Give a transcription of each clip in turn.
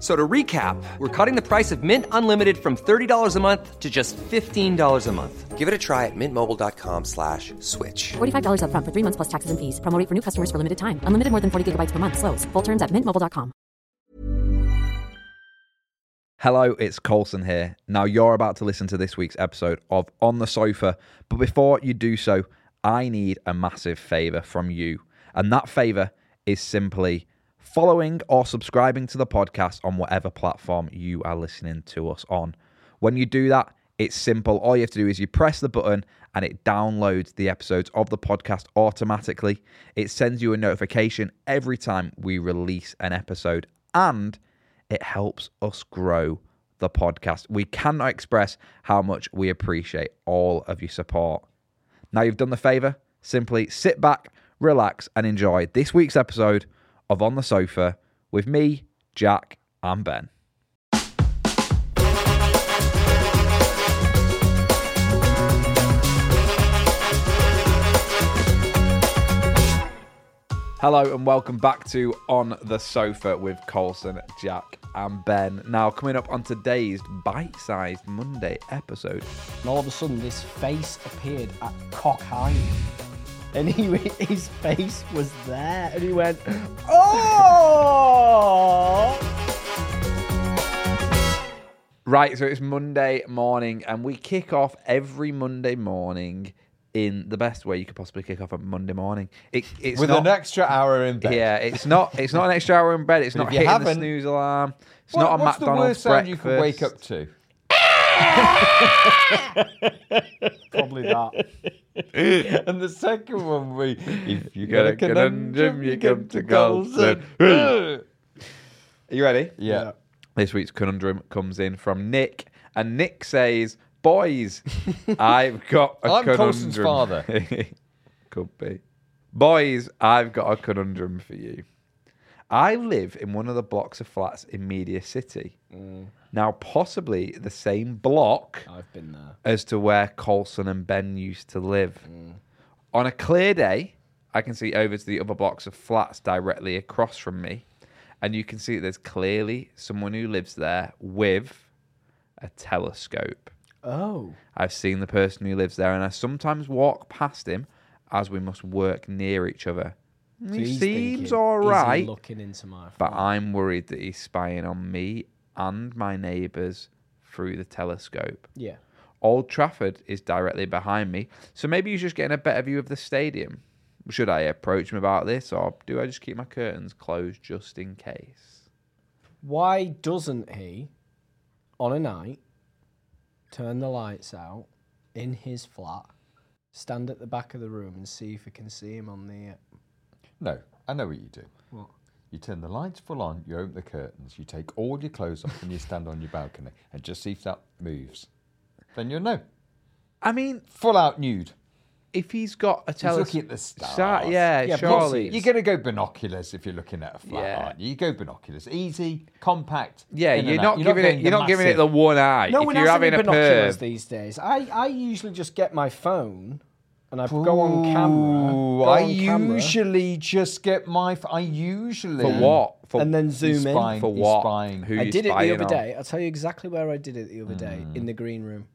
So to recap, we're cutting the price of Mint Unlimited from $30 a month to just $15 a month. Give it a try at mintmobile.com slash switch. $45 up front for three months plus taxes and fees. Promo rate for new customers for limited time. Unlimited more than 40 gigabytes per month. Slows. Full terms at mintmobile.com. Hello, it's Colson here. Now, you're about to listen to this week's episode of On the Sofa, but before you do so, I need a massive favour from you. And that favour is simply following or subscribing to the podcast on whatever platform you are listening to us on. When you do that, it's simple. All you have to do is you press the button and it downloads the episodes of the podcast automatically. It sends you a notification every time we release an episode and it helps us grow the podcast. We cannot express how much we appreciate all of your support. Now you've done the favor, simply sit back, relax, and enjoy this week's episode of On the Sofa with me, Jack, and Ben. Hello and welcome back to On the Sofa with Colson, Jack, and Ben. Now, coming up on today's bite sized Monday episode, And all of a sudden, this face appeared at cock height. And he, his face was there. And he went, Oh! Right, so it's Monday morning, and we kick off every Monday morning in the best way you could possibly kick off a Monday morning. It, it's with not, an extra hour in bed. yeah, it's not it's not an extra hour in bed. It's not if you hitting the haven't- snooze alarm. It's What- not a what's the McDonald's worst sound you could breakfast. wake up to? Probably that. And the second one would be, if you got got a a conundrum, you come to Colson. Colson. Are you ready? Yeah. This week's conundrum comes in from Nick, and Nick says, "Boys, I've got a I'm conundrum." Colson's father. Could be. Boys, I've got a conundrum for you. I live in one of the blocks of flats in Media City. Now, possibly the same block I've been there. as to where Colson and Ben used to live. On a clear day, I can see over to the other blocks of flats directly across from me, and you can see that there's clearly someone who lives there with a telescope. Oh. I've seen the person who lives there, and I sometimes walk past him as we must work near each other. he He's seems thinking, all "Is he right, looking into my. but I'm worried that he's spying on me and my neighbours through the telescope. Yeah. Old Trafford is directly behind me, so maybe he's just getting a better view of the stadium. Should I approach him about this, or do I just keep my curtains closed just in case? Why doesn't he, on a night, turn the lights out in his flat, stand at the back of the room and see if he can see him on the. No, I know what you do. What? You turn the lights full on, you open the curtains, you take all your clothes off, and you stand on your balcony and just see if that moves. Then you'll know. I mean, Full out nude. if he's got a He's telescope, looking at the stars. yeah, Yeah, plus surely. You're going to go binoculars if you're looking at a flat, Yeah. aren't you? You go binoculars. Easy, compact. yeah, in you're and not out. giving it. going You're not giving it massive. the one eye. No if one you're has having any a binoculars perv, these days. I, I usually just get my phone and I go on camera. Ooh, go I on camera, usually just get my. f- I usually for what? For and then He's zoom in. spying, for he's what? spying. Who I you did it the spying other on? Hmm. day. I'll tell you exactly where I did it the other day in the green room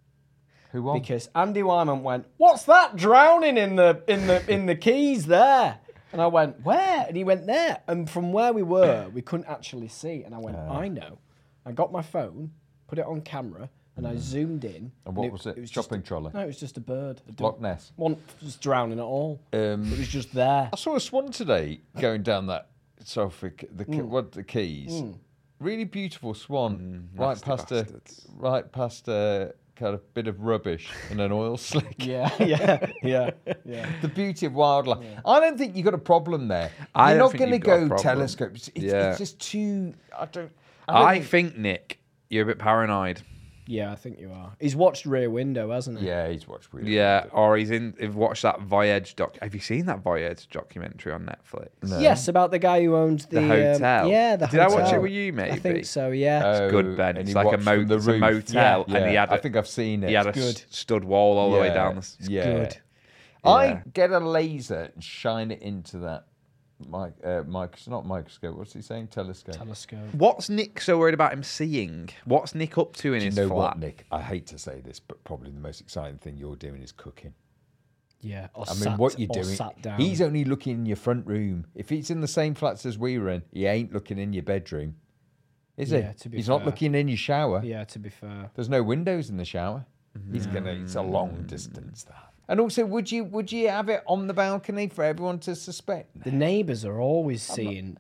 Who won? because Andy Wyman went, "What's that drowning in the in the in the keys there?" And I went, "Where?" And he went, "There." And from where we were, we couldn't actually see. And I went, Ah. "I know." I got my phone, put it on camera, and I zoomed in. Mm. and what was it? just Shopping a- trolley. No, it was just a bird. A Loch Ness. Um, One was drowning at all. it was just there. I saw a swan today going down that so for k- the ki- what the keys, really beautiful swan right nasty past bastards. a right past a kind of bit of rubbish and an oil slick. Yeah, yeah, yeah, yeah. The beauty of wildlife. I don't think you've got a problem there. I You're don't not think going to you've got a go problem. telescopes. It's, Yeah. it's just too. I don't. I, don't I think Nick, you're a bit paranoid. Yeah, I think you are. He's watched Rear Window, hasn't he? Yeah, he's watched really. Yeah, or he's in. He's watched that Voyage doc. Have you seen that Voyage documentary on Netflix? Yes, about the guy who owns the, The hotel. Um, yeah, the Did I watch it hotel. with you, I maybe? think so. Yeah. It's good, Ben. It's like a, mo- it's a motel, and he had. I a- think I've seen it. He had a s- stud wall all the way Yeah, down. The, s- yeah. good. I get a laser and shine it into that. mic uh, mic- not microscope. What's he saying? Telescope. Telescope. What's Nick so worried about him seeing? What's Nick up to in You his know flat? what, Nick? I hate to say this, but probably the most exciting thing you're doing is cooking. Yeah. Or I mean, sat, what you're or doing? Sat down. He's only looking in your front room. If he's in the same flats as we were in, he ain't looking in your bedroom, is Yeah, he? to be he's not fair. looking in your shower. Yeah. Mm-hmm. To be fair. There's no windows in the shower. He's gonna. It's a Mm. long distance that. And also, would you would you have it on the balcony for everyone to suspect? The neighbours are always seeing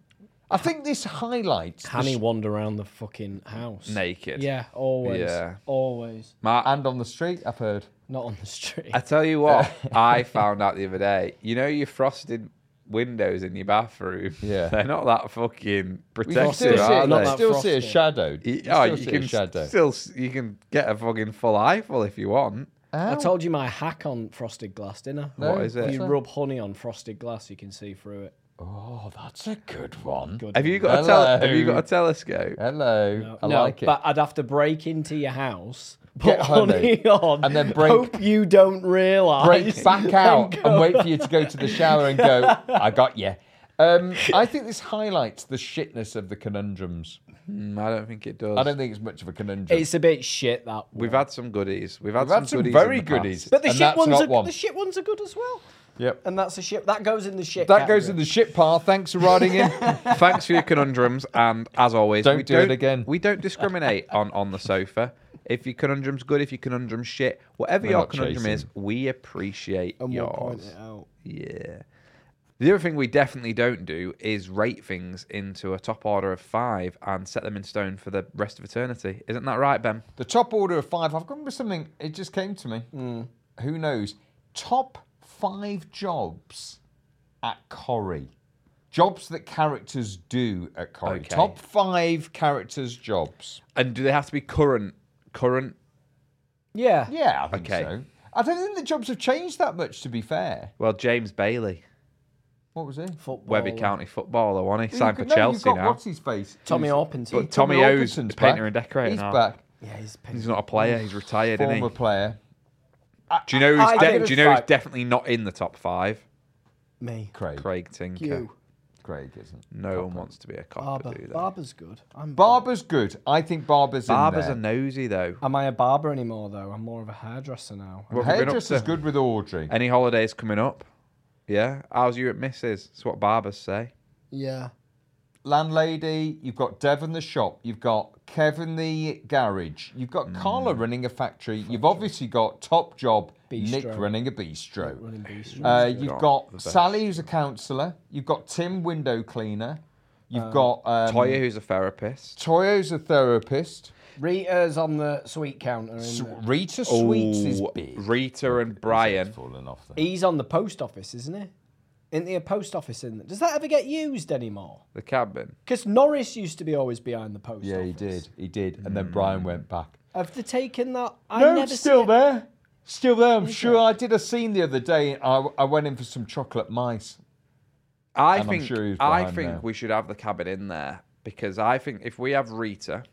I think this highlights the Hanny wander around the fucking house. Naked. Yeah, always. Yeah. Always. Mark, and on the street. I've heard. Not on the street. I tell you what, I found out the other day. You know your frosted windows in your bathroom. Yeah. they're not that fucking We can protective, still see, are it, not they? you that still see a frosty. shadow. Y- can oh, still you see a can shadow. still s- you can get a fucking full eyeful if you want. I told you my hack on frosted glass, didn't I? What is it? You rub honey on frosted glass, you can see through it. Oh, that's a good one. Good. Have you got a tele- have you got Hello. a telescope? Hello, I no, like it. but I'd have to break into your house, put Get honey honey, on, and then break- Hope you don't realise. break back out go- and wait for you to go to the shower and go, I got you. Um, I think this highlights the shitness of the conundrums. Mm, I don't think it does. I don't think it's much of a conundrum. It's a bit shit that one. We've had some goodies. We've had We've some, had some goodies very in the past. goodies. but the and shit that's ones not are one. the shit ones are good as well. Yep. And that's a shit that goes in the shit. that goes in category. the shit pile. Thanks for riding in. Thanks for your conundrums, and as always, Don't we do it again. We don't discriminate on on the sofa. If your conundrum's good, if your conundrum's shit, whatever We're your not conundrum is, chasing. we appreciate And we'll point yours. it out. Yeah. The other thing we definitely don't do is rate things into a top order of five and set them in stone for the rest of eternity. Isn't that right, Ben? The top order of five. I've gone with something. It just came to me. Hmm. Who knows? Top five jobs at Corrie. Jobs that characters do at Corrie. Okay. Top five characters' jobs. And do they have to be current? Current? Yeah. Yeah, I think Okay. so. I don't think the jobs have changed that much. To be fair, Well, James Bailey, what was he? Football. Webby County footballer, wasn't he? Signed for No, you've Chelsea got now. What's his face? Tommy Who's- Orpington. Yeah, But Tommy O's Orpington's painter back. and decorator He's now. back. Yeah, he's He's not a player. He's retired, isn't he? Former player. Do you know who's I de- think do you it's know who's like- definitely not in the top five? me. Craig. Craig, Craig Tinker. You. isn't. No one wants to be a copper, Barber. do they? Barber's good. I'm Barber's good. I think Barber's Barbers in are there. nosy though. Am I a barber anymore though? I'm more of a hairdresser now. What have we been up Hairdresser's to? good with Audrey. Any holidays coming up? Yeah. How's you at Mrs.? That's what barbers say. Yeah. landlady, you've got Devon the shop, you've got Kevin the garage, you've got Carla Mm. running a factory, you've obviously got top job Nick Bistro. running a bistro. Running bistro. Uh, you've Got the got best. Sally who's a counsellor, you've got Tim window cleaner, you've Uh, got um, Toya, who's a therapist. Toyo's a therapist. Rita's on the sweet counter. In S- the... Rita Oh, Sweets is Ooh, big. Rita and Brian. fallen off there. He's on the post office, isn't he? Isn't there a post office in there? Does that ever get used anymore? The cabin. Because Norris used to be always behind the post Yeah, office. he did. He did. And then Brian went back. Have they taken that? I no, never it's still seen it. there. Still there. I'm sure I did a scene the other day. I, I went in for some chocolate mice. I And I'm think sure he's I behind think now. we should have the cabin in there because I think if we have Rita,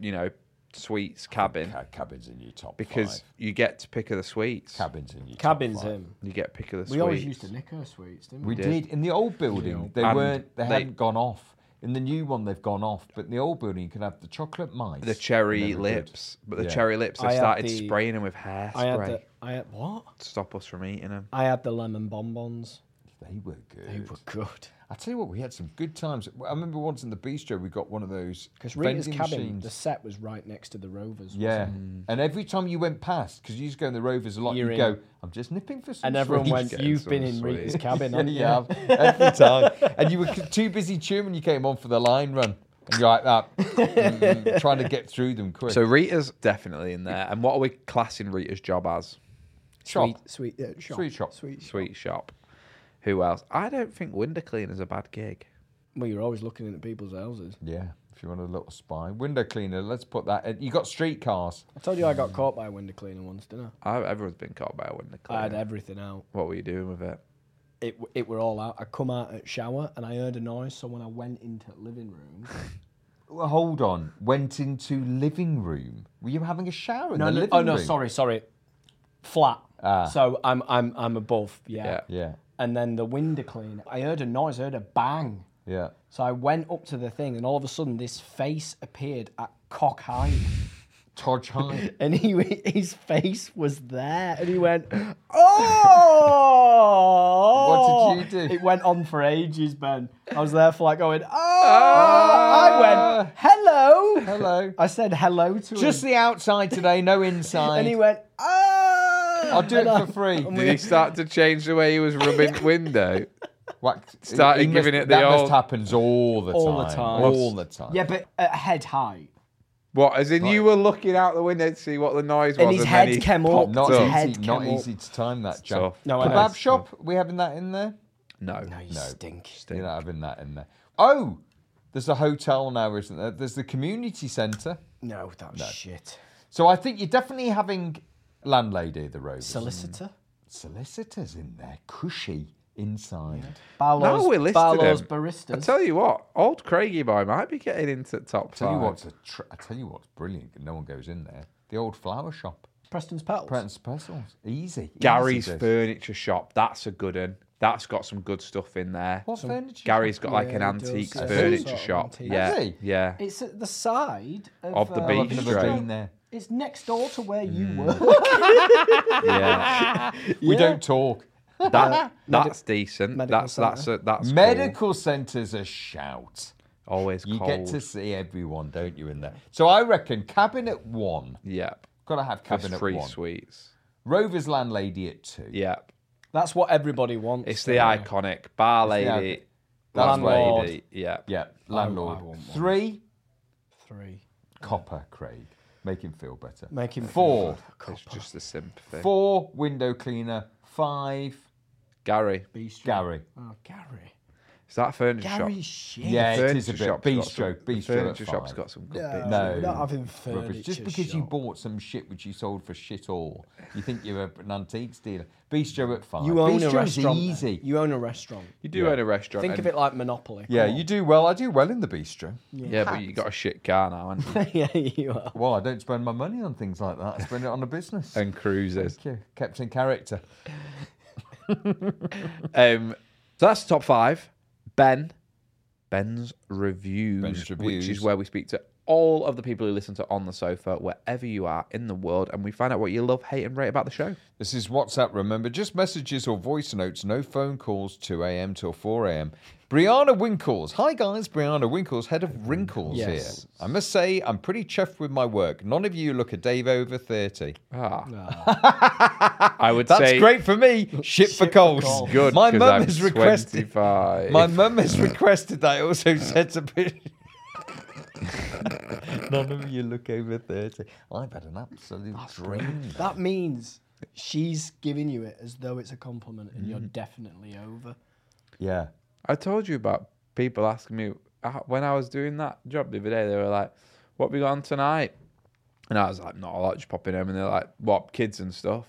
you know, sweets cabin Ca- Cabin's in your top because five. you get to pick of the sweets. Cabin's in your Cabin's top five. him. You get pick of the sweets. We always used to nick her sweets, didn't we? We did. in the old building. They And weren't. They, they- hadn't gone off. In the new one, they've gone off. But in the old building, you can have the chocolate mice. the and cherry they were good. lips, but the Yeah. cherry lips they I had started the- spraying them with hairspray I had the. I had what? to stop us from eating them. I had the lemon bonbons. They were good. They were good. I tell you what, we had some good times. I remember once in the bistro, we got one of those Because Rita's vending cabin, machines. the set was right next to the Rovers. wasn't Yeah, it? Mm. and every time you went past, because you used to go in the Rovers a lot, you You're would in. go, "I'm just nipping for some." And everyone sweets." went, "You've some been in sweet." Rita's cabin, yeah, haven't you?" yeah, every time. And you were c- too busy chewing when you came on for the line run. And you're like that, mm, mm, trying to get through them quick. So Rita's definitely in there. And what are we classing Rita's job as? Chop. Sweet, sweet, uh, shop. Sweet shop. Sweet. Sweet shop. Who else? I don't think window cleaner's a bad gig. Well, you're always looking into people's houses. Yeah, if you want a little spy, window cleaner. Let's put that. In. You got streetcars. I told you I Mm. got caught by a window cleaner once, didn't I, everyone's been caught by a window I? I had cleaner. everything out. what were you doing with it? It w- it were all out. I come out at shower and I heard a noise. So when I went into the living room, Well, hold on. Went into living room. Were you having a shower in no, the no, living oh no, room? sorry, sorry, flat. Ah. So I'm I'm I'm above, Yeah. yeah. Yeah, And then the window cleaner. I heard a noise. I heard a bang. yeah. So I went up to the thing, and all of a sudden, this face appeared at cock height, Todge high. and he his face was there, and he went, "Oh!" What did you do? It went on for ages, Ben. I was there for like going, "Oh!" I went, "Hello." Hello. I said hello to Just him, the outside today, no inside. and he went, "Oh!" I'll do And I- it for free. Did he start to change the way he was rubbing window? Whack- Started he must- giving it the that old- must happens all the All the time. time. All the time. Yeah, but at head height, What? As in, you were looking out the window to see what the noise was, and his then head he came popped up. Not his up. head easy. came Not up. easy to time that, Jack. tough. No, I know. Kebab shop. We having that in there? No, You stink. You're not having that in there. Oh, there's a hotel now, isn't there? There's the community centre. No, that was shit. So I think you're definitely having landlady at the road. Solicitor. Solicitors in there, cushy inside. Barlow's, no, we listed Barlow's him. baristas. I tell you what, old Craigie boy might be getting into top Tell you five. what's a tr- I tell you what's brilliant. and No one goes in there. The old flower shop. Preston's Petals. Pratt and Specials. Easy. Gary's easy this. furniture shop. That's a good one. That's got some good stuff in there. What furniture? Gary's got like an Yeah, he does, antiques yeah. furniture Sort of shop. antiques. Yeah, Has he? yeah. It's at the side of, Of the uh, beach Mm. I've never straight. been there. It's next door to where you work. yeah. We don't talk. That, that's decent. medical That's that's a, that's cool. Medical centres are shout. Always You cold. get to see everyone, don't you, in there? So I reckon cabinet one. Yep. Got to have That's cabinet three one. sweets. Rover's landlady at two. Yep. That's what everybody wants. It's the don't they? iconic bar lady. That's where- Landlord. lady. Yeah. Yeah, landlord. I want one. Three, Three. copper, Craig. Make him feel better. Make him feel four. It's just the sympathy. Four, window cleaner. Five, Gary. Gary. Oh, Gary. Is that a furniture shop? Gary shit. Yeah, it is Furniture a bit. shop's got some- Bistro, the bistro. at Furniture shop's five. got some good Yeah. bits. No, we're not having rubbish. Just furniture because you shop. bought some shit which you sold for shit all, you think you're a- an antiques dealer. Bistro at five. You own Bistro's a restaurant. then. Easy. You own a restaurant. You do own a restaurant. Think and- of it like Monopoly. yeah, you do well. I do well in the bistro. Yeah, but you got a shit car now and, yeah, you are. Well, I don't spend my money on things like that. I spend it on a business. and cruises. Thank you. Kept in character. Um, so that's the top five. Ben, Ben's reviews, Ben's which is Reviews. where we speak to all of the people who listen to On the Sofa, wherever you are in the world, and we find out what you love, hate, and rate about the show. This is WhatsApp, remember. Just messages or voice notes, no phone calls, 2 a.m. till 4 a.m. Brianna Winkles. Hi, guys. Brianna Winkles, head of Wrinkles Yes. here. I must say, I'm pretty chuffed with my work. None of you look a day over 30. Ah. I would That's say great for me. Shit for coals. coals. Good, My 'cause mum I'm has requested. 25. My mum has requested that. I also said to be. None of you look over 30. I've had an absolute Hmm. dream. That means she's giving you it as though it's a compliment, and you're Hmm. definitely over. Yeah. I told you about people asking me uh, when I was doing that job the other day. They were like, "What we got on tonight?" And I was like, "Not a lot, just popping home." And they're like, "What kids and stuff?"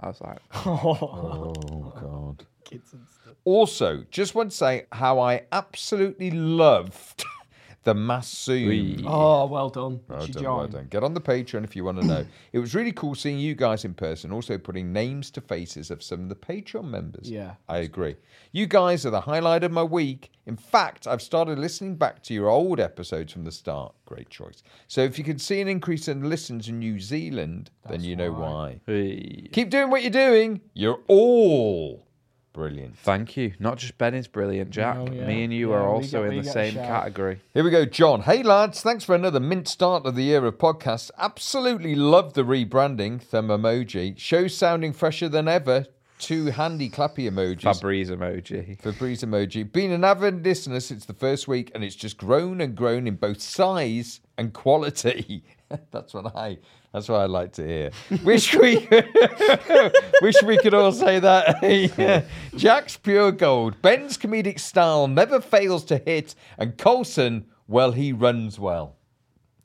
I was like, Oh, God. Kids and stuff. Also, just want to say how I absolutely loved the Masoom. Oh, well done. she joined. Get on the Patreon if you want to know. it was really cool seeing you guys in person, also putting names to faces of some of the Patreon members. Yeah. I agree. You guys are the highlight of my week. In fact, I've started listening back to your old episodes from the start. Great choice. So if you can see an increase in listens in New Zealand, then you know why. "Hey." Keep doing what you're doing. You're all Brilliant. Thank you. Not just Ben is brilliant, Jack. Oh, yeah. Me and you Yeah, are we also get- in we the get a same shout. category. Here we go, John. Hey, lads, thanks for another mint start of the year of podcasts. Absolutely love the rebranding, thumb emoji. Show sounding fresher than ever. Two handy clappy emojis. Fabrice emoji. Febreze emoji. Been an avid listener since the first week, and it's just grown and grown in both size and quality. that's what I. That's what I like to hear. Wish we, wish we could all say that. Yeah. Jack's pure gold. Ben's comedic style never fails to hit, and Colson, well, he runs well.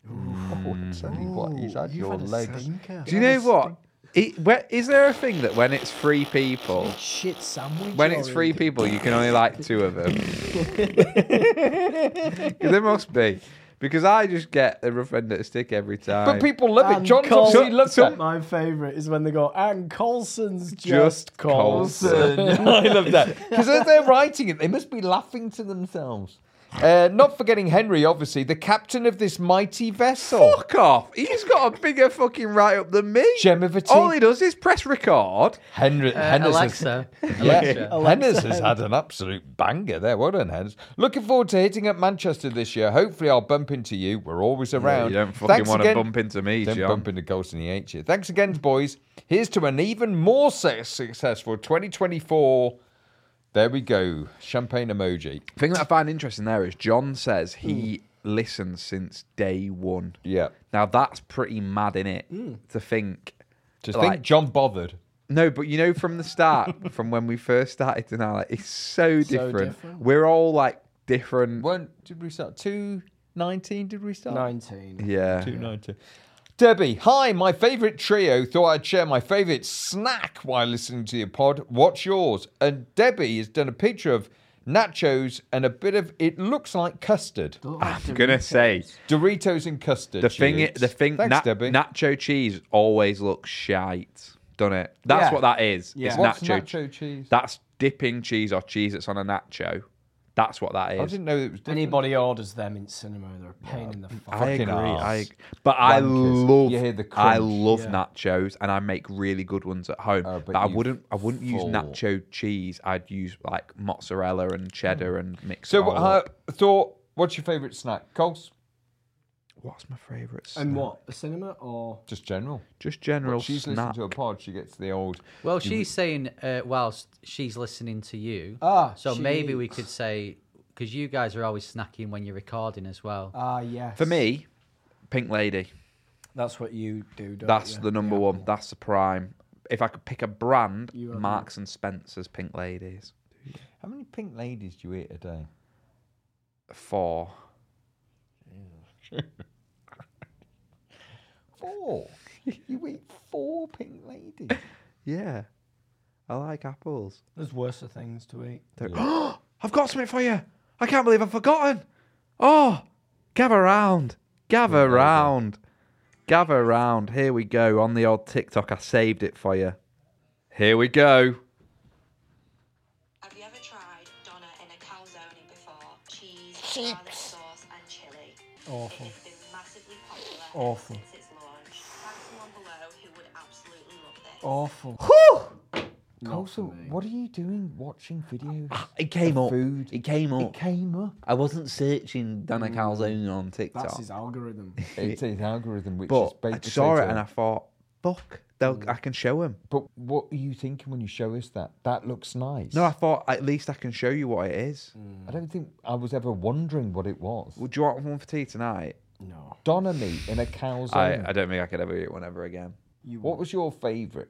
Oh, tell you what, he's had your legs. Do you know what? It, where, is there a thing that when it's three people, Shit sandwich. when it's you're three in. people, you can only like two of them? 'Cause there must be. Because I just get the rough end of the stick every time. But people love it. And John's Col- obviously loves some- it. My favourite is when they go, and Colson's just, Just Colson. Colson. I love that. Because as they're writing it, they must be laughing to themselves. Uh, not forgetting Henry, obviously, the captain of this mighty vessel. Fuck off! He's got a bigger fucking write up than me. Gem of a tea. All he does is press record. Henry, Uh, Henderson- Alexa. Yeah, Alexa. Hennes has had an absolute banger there. Well done, Hennes. Looking forward to hitting up Manchester this year. Hopefully, I'll bump into you. We're always around. you don't fucking Thanks wanna again- bump into me, Don't John. bump into Golson, he ain't you. Thanks again, boys. Here's to an even more su- successful 2024. There we go. Champagne emoji. The thing that I find interesting there is John says he listens since day one. Hmm. Yeah. Now that's pretty mad in it to think. Just Like- think John bothered. No, but you know from the start, from when we first started to now, like, it's so different. different. We're all like different. When did we start? 219 did we start? 19. Yeah. 290. Debbie, hi, my favourite trio. Thought I'd share my favourite snack while listening to your pod. What's yours? And Debbie has done a picture of nachos and a bit of it looks like custard. I'm gonna say Doritos and custard. the she thing. eats. The thing. Thanks, na- Debbie. nacho cheese always looks shite, doesn't it? That's Yeah. what that is. Yeah. It's What's nacho, nacho cheese? That's dipping cheese or cheese that's on a nacho. That's what that I is. didn't know it was different. Anybody orders them in cinema, they're a pain in the fuck. I Fucking agree. arse. I, ag- but I Wankers. love. You hear the I crunch. love nachos, and I make really good ones at home. Oh, but but I you wouldn't. I wouldn't use full- nacho cheese. I'd use like mozzarella and cheddar and mix. it So, all uh, up. thought, what's your favourite snack? Coles? what's my favourite? And snack? what? The cinema or? Just general. Just general She's listening snack. to a pod. She gets the old. Well, she's saying uh, whilst she's listening to you. Ah, so she maybe we eats. could say because you guys are always snacking when you're recording as well. Ah, yes. For me, Pink Lady. That's what you do, don't That's you? the number one. That's the prime. If I could pick a brand, You are the- Marks and Spencer's Pink Ladies. How many pink ladies do you eat a day? Four. Four. you eat four pink ladies. Yeah, I like apples. There's worse things to eat. I've got something for you. I can't believe I've forgotten. Oh, gather round. Gather round. Gather round. Here we go. On the old TikTok, I saved it for you. Here we go. Have you ever tried Donna in a calzone before? Cheese, garlic sauce, and chili. Awful. It has been massively popular Awful. since its launch. Tag someone below who would absolutely love this. Awful. Also, what are you doing watching videos? Ah, It came of up. Food. It came It up. Mm. came up. I wasn't searching Dana Calzone on TikTok. That's his algorithm. It's an algorithm which is but I based saw it and I thought, fuck, they'll, I can show him. But what are you thinking when you show us that? That looks nice. No, I thought at least I can show you what it is. I don't think I was ever wondering what it was. Would you want one for tea tonight? No. Donna meat in a cow's own. I, I don't think I could ever eat one ever again. You What was your favourite?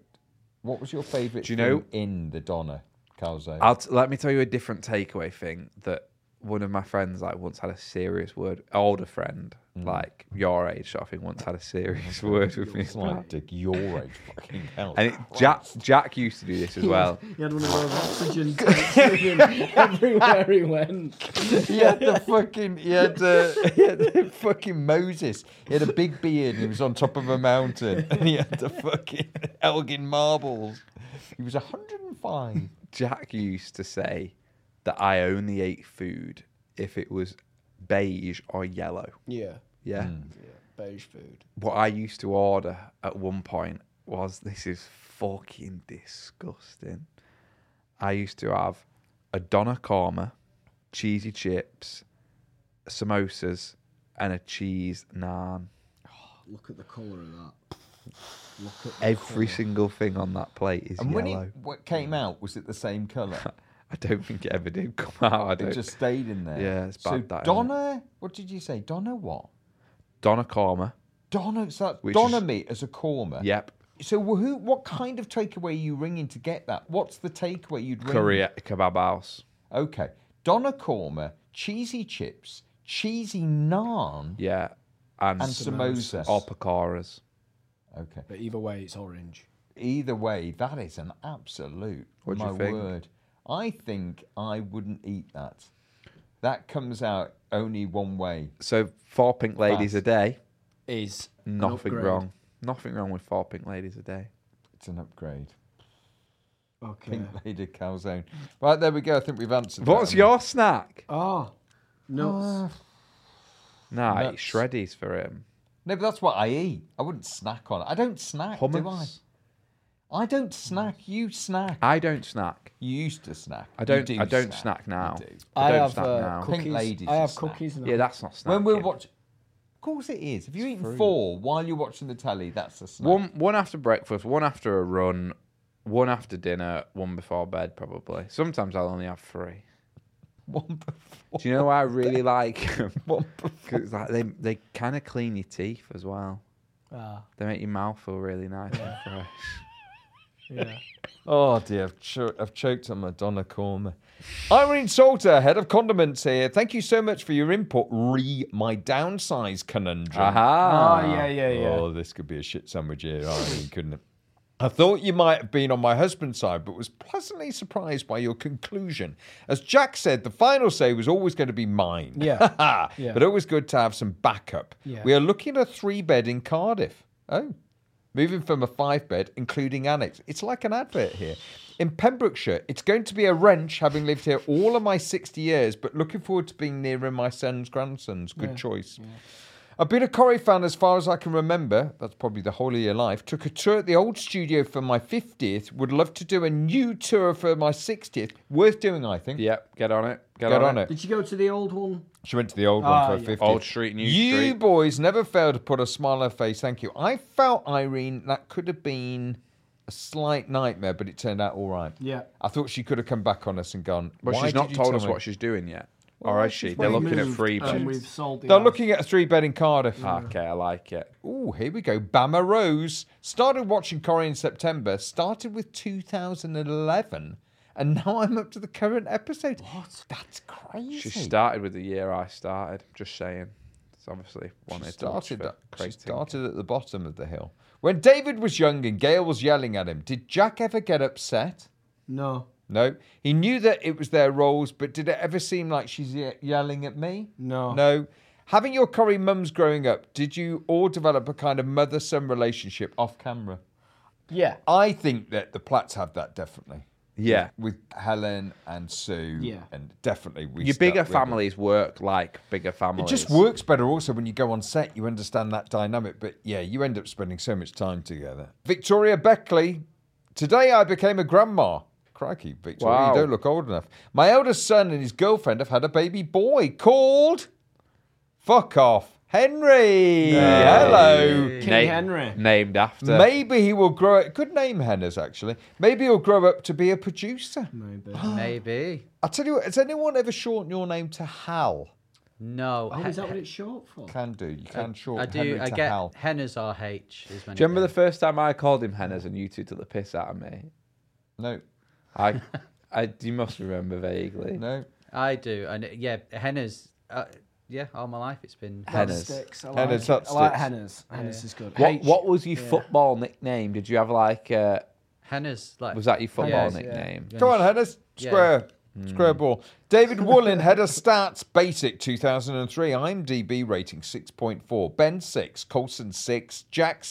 What was your favourite? Do you know- thing in the Donna cow's own? I'll t- let me tell you a different takeaway thing that one of my friends like once had a serious word. Older friend, like your age, sort of thing, once had a serious word with me. It's like Dick, your age, fucking hell. And it, Jack Jack used to do this as well. He had one of those oxygen tanks with him everywhere he went. he had the fucking he had, uh, he had the fucking Moses. He had a big beard. and He was on top of a mountain, and he had the fucking Elgin marbles. He was 105. Jack used to say that I only ate food if it was beige or yellow. Yeah. Yeah. Beige food. What I used to order at one point was this is fucking disgusting. I used to have a doner korma, cheesy chips, samosas, and a cheese naan. Look at the colour of that. Every single thing on that plate is And when yellow. it what came out, was it the same colour? I don't think it ever did come out. I it don't. just stayed in there. Yeah, it's so bad that, innit? Donna, what did you say? Donna what? doner korma. Donna, so that's Which Donna is- meat as a korma. Yep. So wh- who? What kind of takeaway are you ringing to get that? What's the takeaway you'd ring? Curry at kebab house. Okay. Donna korma, cheesy chips, cheesy naan, Yeah. And, and samosas. or pakoras. Okay. But either way, it's orange. Either way, that is an absolute. What do my you think? word. I think I wouldn't eat that. That comes out only one way. So four pink ladies a Fast. day. Is an Nothing upgrade. wrong. Nothing wrong with four pink ladies a day. It's an upgrade. Okay. Pink Lady Calzone. Right, there we go. I think we've answered that, What's haven't we? your snack? Ah, nuts. Nah, I eat Nuts. shreddies for him. No, but that's what I eat. I wouldn't snack on it. I don't snack, do I? Hummus. I don't snack. You snack. I don't snack. you used to snack. I You don't. do I don't snack, You now. do. I, I don't have snack uh, now. cookies. Pink ladies I is have snack. cookies. Now. Yeah, that's not snacking. When we're watching, of course it is. If you're eating four while you're watching the telly, that's a snack. one one after breakfast, one after a run, one after dinner, one before bed probably. Sometimes I'll only have three. One before. Do you know what I really like? One before. 'Cause, like they they kind of clean your teeth as well. Ah, They make your mouth feel really nice and fresh. yeah. Oh dear, I've, cho- I've choked on my Donna Corma. Irene Salter, head of condiments here. Thank you so much for your input. Re my downsize conundrum. Aha! Oh yeah, yeah, yeah. Oh, this could be a shit sandwich here, Irene, couldn't it? I thought you might have been on my husband's side, but was pleasantly surprised by your conclusion. As Jack said, the final say was always going to be mine. Yeah. Yeah. But always good to have some backup. Yeah. We are looking at a three bed in Cardiff. Oh. Moving from a five bed, including annex. It's like an advert here. In Pembrokeshire, it's going to be a wrench having lived here all of my 60 years, but looking forward to being nearer my son's grandsons. Good choice. I've been a Corrie fan as far as I can remember. That's probably the whole of your life. Took a tour at the old studio for my 50th. Would love to do a new tour for my 60th. Worth doing, I think. Yep, get on it. Get, Get on it. Did you go to the old one? She went to the old Ah, one for yeah. a 50th. Old street, new you street. boys never fail to put a smile on her face. Thank you. I felt, Irene, that could have been a slight nightmare, but it turned out all right. Yeah. I thought she could have come back on us and gone, But "Why she's did not you told tell us me?" what she's doing yet. or is she? They're We looking at moved um, three and beds. we've sold the They're house. looking at a three bed in Cardiff. Okay, I like it. Oh, here we go. Bama Rose started watching Corrie in September, started with 2011, and now I'm up to the current episode. What? That's crazy. She started with the year I started. Just saying. It's obviously She wanted started, to watch at- for she Craig Tinker. started at the bottom of the hill. When David was young and Gail was yelling at him, did Jack ever get upset? No, No. He knew that it was their roles, but did it ever seem like she's ye- yelling at me? No. No. Having your curry mums growing up, did you all develop a kind of mother son relationship off camera? yeah, I think that the Platts have that definitely. Yeah. With Helen and Sue. Yeah. And definitely we Your stuck bigger with them. families work like bigger It families. just works better also when you go on set, you understand that dynamic. But yeah, you end up spending so much time together. Victoria Beckley, today I became a grandma. Crikey, Victoria, Wow. you don't look old enough. My eldest son and his girlfriend have had a baby boy called. Fuck off. Henry. Hello. King Name- Henry. Named after. Maybe he will grow up. Good name, Henners, actually. Maybe he'll grow up to be a producer. maybe. Maybe. i tell you what, has anyone ever shortened your name to Hal? No. Oh, He- is that what it's short for? Can do. You can shorten I do. Oh, Henry I to get Hal. Henner's RH. Is Do you remember the first time I called him Henners and you two took the piss out of me? No, I, I, you must remember vaguely. no. I do, and it- yeah, Henner's. Uh, yeah, all my life it's been. That Henners. sticks. I Henners, like, it. that I like sticks. Henners. Henners is good. What, H. what was your football nickname? Did you have like? Uh, Henner's like. was that your football Henners, yeah. nickname? Come on, Henners. Yeah. Hmm. Square. Square ball. David Woolen, head of stats, basic 2003. IMDb rating 6.4. Ben 6. Colson 6. Jack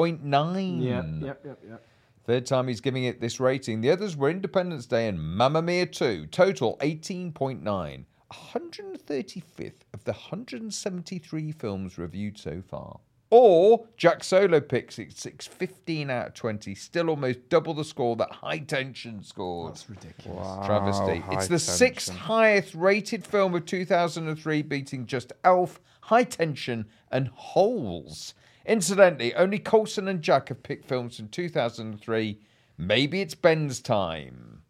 6.9. Yeah, yep, yep, yep. Third time he's giving it this rating. The others were Independence Day and Mamma Mia 2. Total 18.9. 135th of the 173 films reviewed so far. Or Jack Solo picks it six, 15 out of 20, still almost double the score that High Tension scored. That's ridiculous. Travesty. Wow, High it's the sixth Tension. highest rated film of 2003, beating just Elf, High Tension, and Holes. Incidentally, only Colson and Jack have picked films from 2003. Maybe it's Ben's time.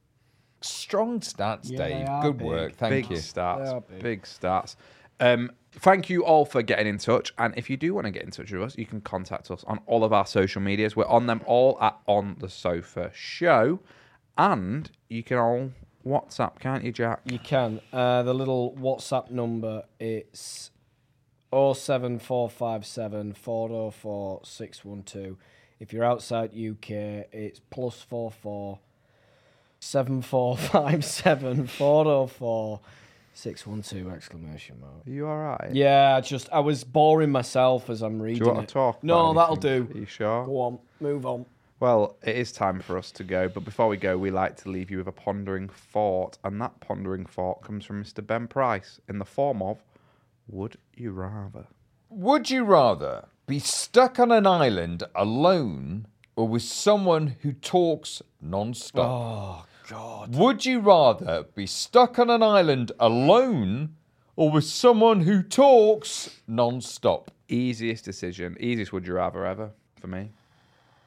Strong stats, Yeah, they Dave. are Good big. work. Thank big you. They are stats. big. Big. stats. Um, thank you all for getting in touch. And if you do want to get in touch with us, you can contact us on all of our social medias. We're on them all at On the Sofa Show. And you can all WhatsApp, can't you, Jack? You can. Uh, the little WhatsApp number, it's 07457 404 612. If you're outside UK, it's plus 44 7457 404 612 exclamation mark. Are you all right? Yeah, I just I was boring myself as I'm reading. wanna it. talk about No, that'll do. anything? Are you sure? Go on, move on. Well, it is time for us to go, but before we go, we like to leave you with a pondering thought, and that pondering thought comes from Mr. Ben Price in the form of Would you rather? Would you rather be stuck on an island alone or with someone who talks non-stop? Oh god. Would you rather be stuck on an island alone or with someone who talks non-stop? Easiest decision, easiest would you rather ever for me.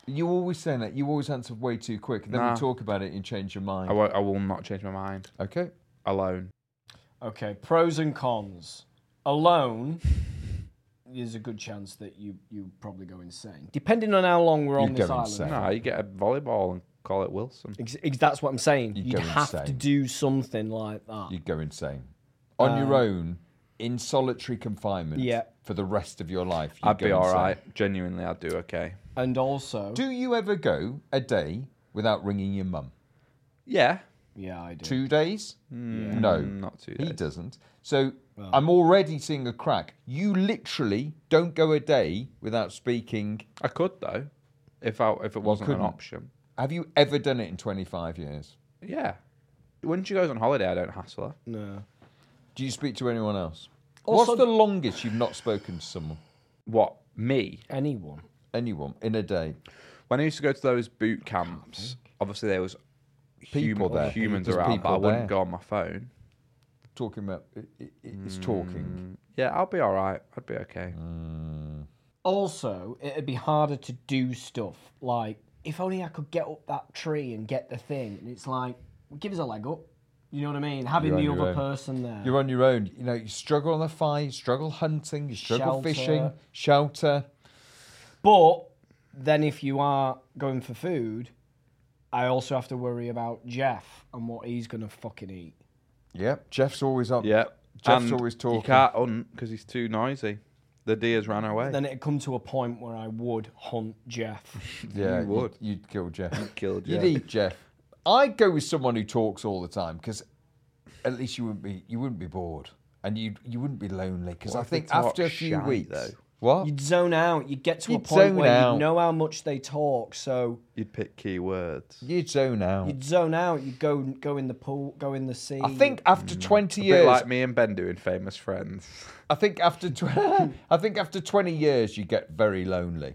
You always say that. You always answer way too quick. Then we talk about it and you change your mind. I, won't, I will not change my mind. Okay. Alone. Okay, pros and cons. Alone, there's a good chance that you you probably go insane. Depending on how long we're on You'd this go island. insane. No, you get a volleyball and call it Wilson. Ex- ex- that's what I'm saying. You'd You'd, go have to insane. do something like that. You'd go insane. On Um, your own in solitary confinement Yeah. for the rest of your life. You'd I'd go be all insane. right. Genuinely, I'd do okay. And also, Do you ever go a day without ringing your mum? Yeah. yeah, I do. Two days? Hmm. No. Not two He days. doesn't. So I'm already seeing a crack. You literally don't go a day without speaking. I could, though, if, I, if it wasn't an couldn't. option. Have you ever done it in 25 years? Yeah. When she goes on holiday, I don't hassle her. No. Do you speak to anyone else? Also- What's the longest you've not spoken to someone? What? Me? Anyone. Anyone in a day? when I used to go to those boot camps, obviously there was People human, there. humans There's around, but I people wouldn't there. go on my phone. Talking about it, it, Hmm. it's talking. Yeah, I'll be all right. I'd be okay. Mm. Also, it'd be harder to do stuff like if only I could get up that tree and get the thing. And it's like, give us a leg up. You know what I mean? Having You're on the your other own. person there. You're on your own. You know, you struggle on the fire, you struggle hunting, you struggle Shelter. fishing, shelter. But then if you are going for food, I also have to worry about Jeff and what he's going to fucking eat. Yep. Jeff's always up. Yep. Jeff's And always talking. You can't hunt because he's too noisy. The deer's ran away. Then it'd come to a point where I would hunt Jeff. Yeah, You would. You'd, you'd kill Jeff. You'd kill Jeff. You'd eat Jeff. I'd go with someone who talks all the time because at least you wouldn't be you wouldn't be bored and you you wouldn't be lonely because What I if they think after a talk few shite, weeks though? what You'd zone out. You'd get to a You'd point zone where out. you know how much they talk, so You'd pick key words. you'd zone out. you'd zone out. You'd go go in the pool, go in the sea. I think after twenty Mm. A bit years, like me and Ben doing famous friends. I think after tw- I think after twenty years you get very lonely.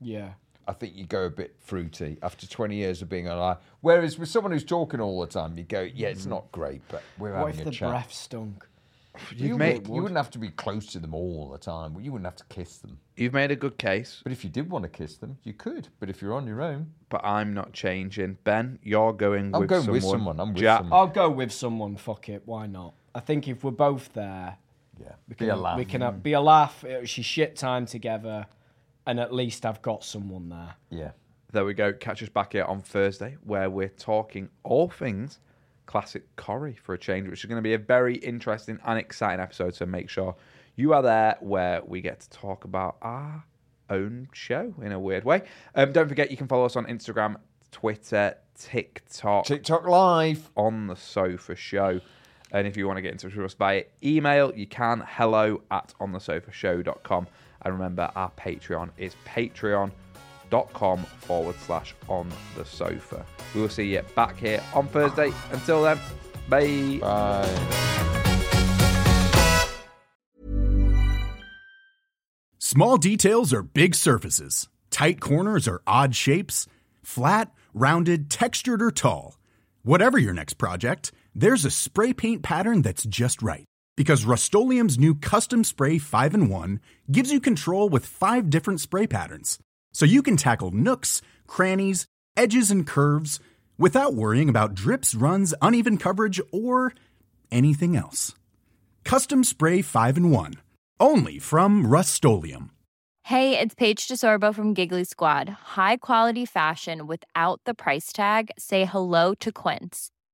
yeah. I think you go a bit fruity after twenty years of being alive. Whereas with someone who's talking all the time, you go, yeah, Mm. it's not great, but we're What having if a the chat. breath stunk? You, made- would, you wouldn't have to be close to them all the time. You wouldn't have to kiss them. You've made a good case, But if you did want to kiss them, you could. But if you're on your own, but I'm not changing. Ben, you're going I'm with going someone. with someone. I'm with Jack, someone. I'll go with someone. Fuck it. Why not? I think if we're both there, yeah, we be can, a laugh. we can have, be a laugh. It was shit time together, and at least I've got someone there. yeah. There we go. Catch us back here on Thursday where we're talking all things classic Corrie for a change, which is going to be a very interesting and exciting episode. So make sure you are there where we get to talk about our own show in a weird way. Um, don't forget, you can follow us on Instagram, Twitter, TikTok, TikTok live. on the sofa show. And if you want to get in touch with us via email, you can hello at onthesofashow.com. And remember, our Patreon is patreon.com forward slash on the sofa. We will see you back here on Thursday. Until then, bye. Bye. Small details are big surfaces, tight corners are odd shapes, flat, rounded, textured, or tall. Whatever your next project, there's a spray paint pattern that's just right. Because Rust new Custom Spray 5 in 1 gives you control with five different spray patterns. So you can tackle nooks, crannies, edges, and curves without worrying about drips, runs, uneven coverage, or anything else. Custom Spray 5 in 1. Only from Rust-Oleum. Hey, it's Paige DeSorbo from Giggly Squad. High quality fashion without the price tag. Say hello to Quince.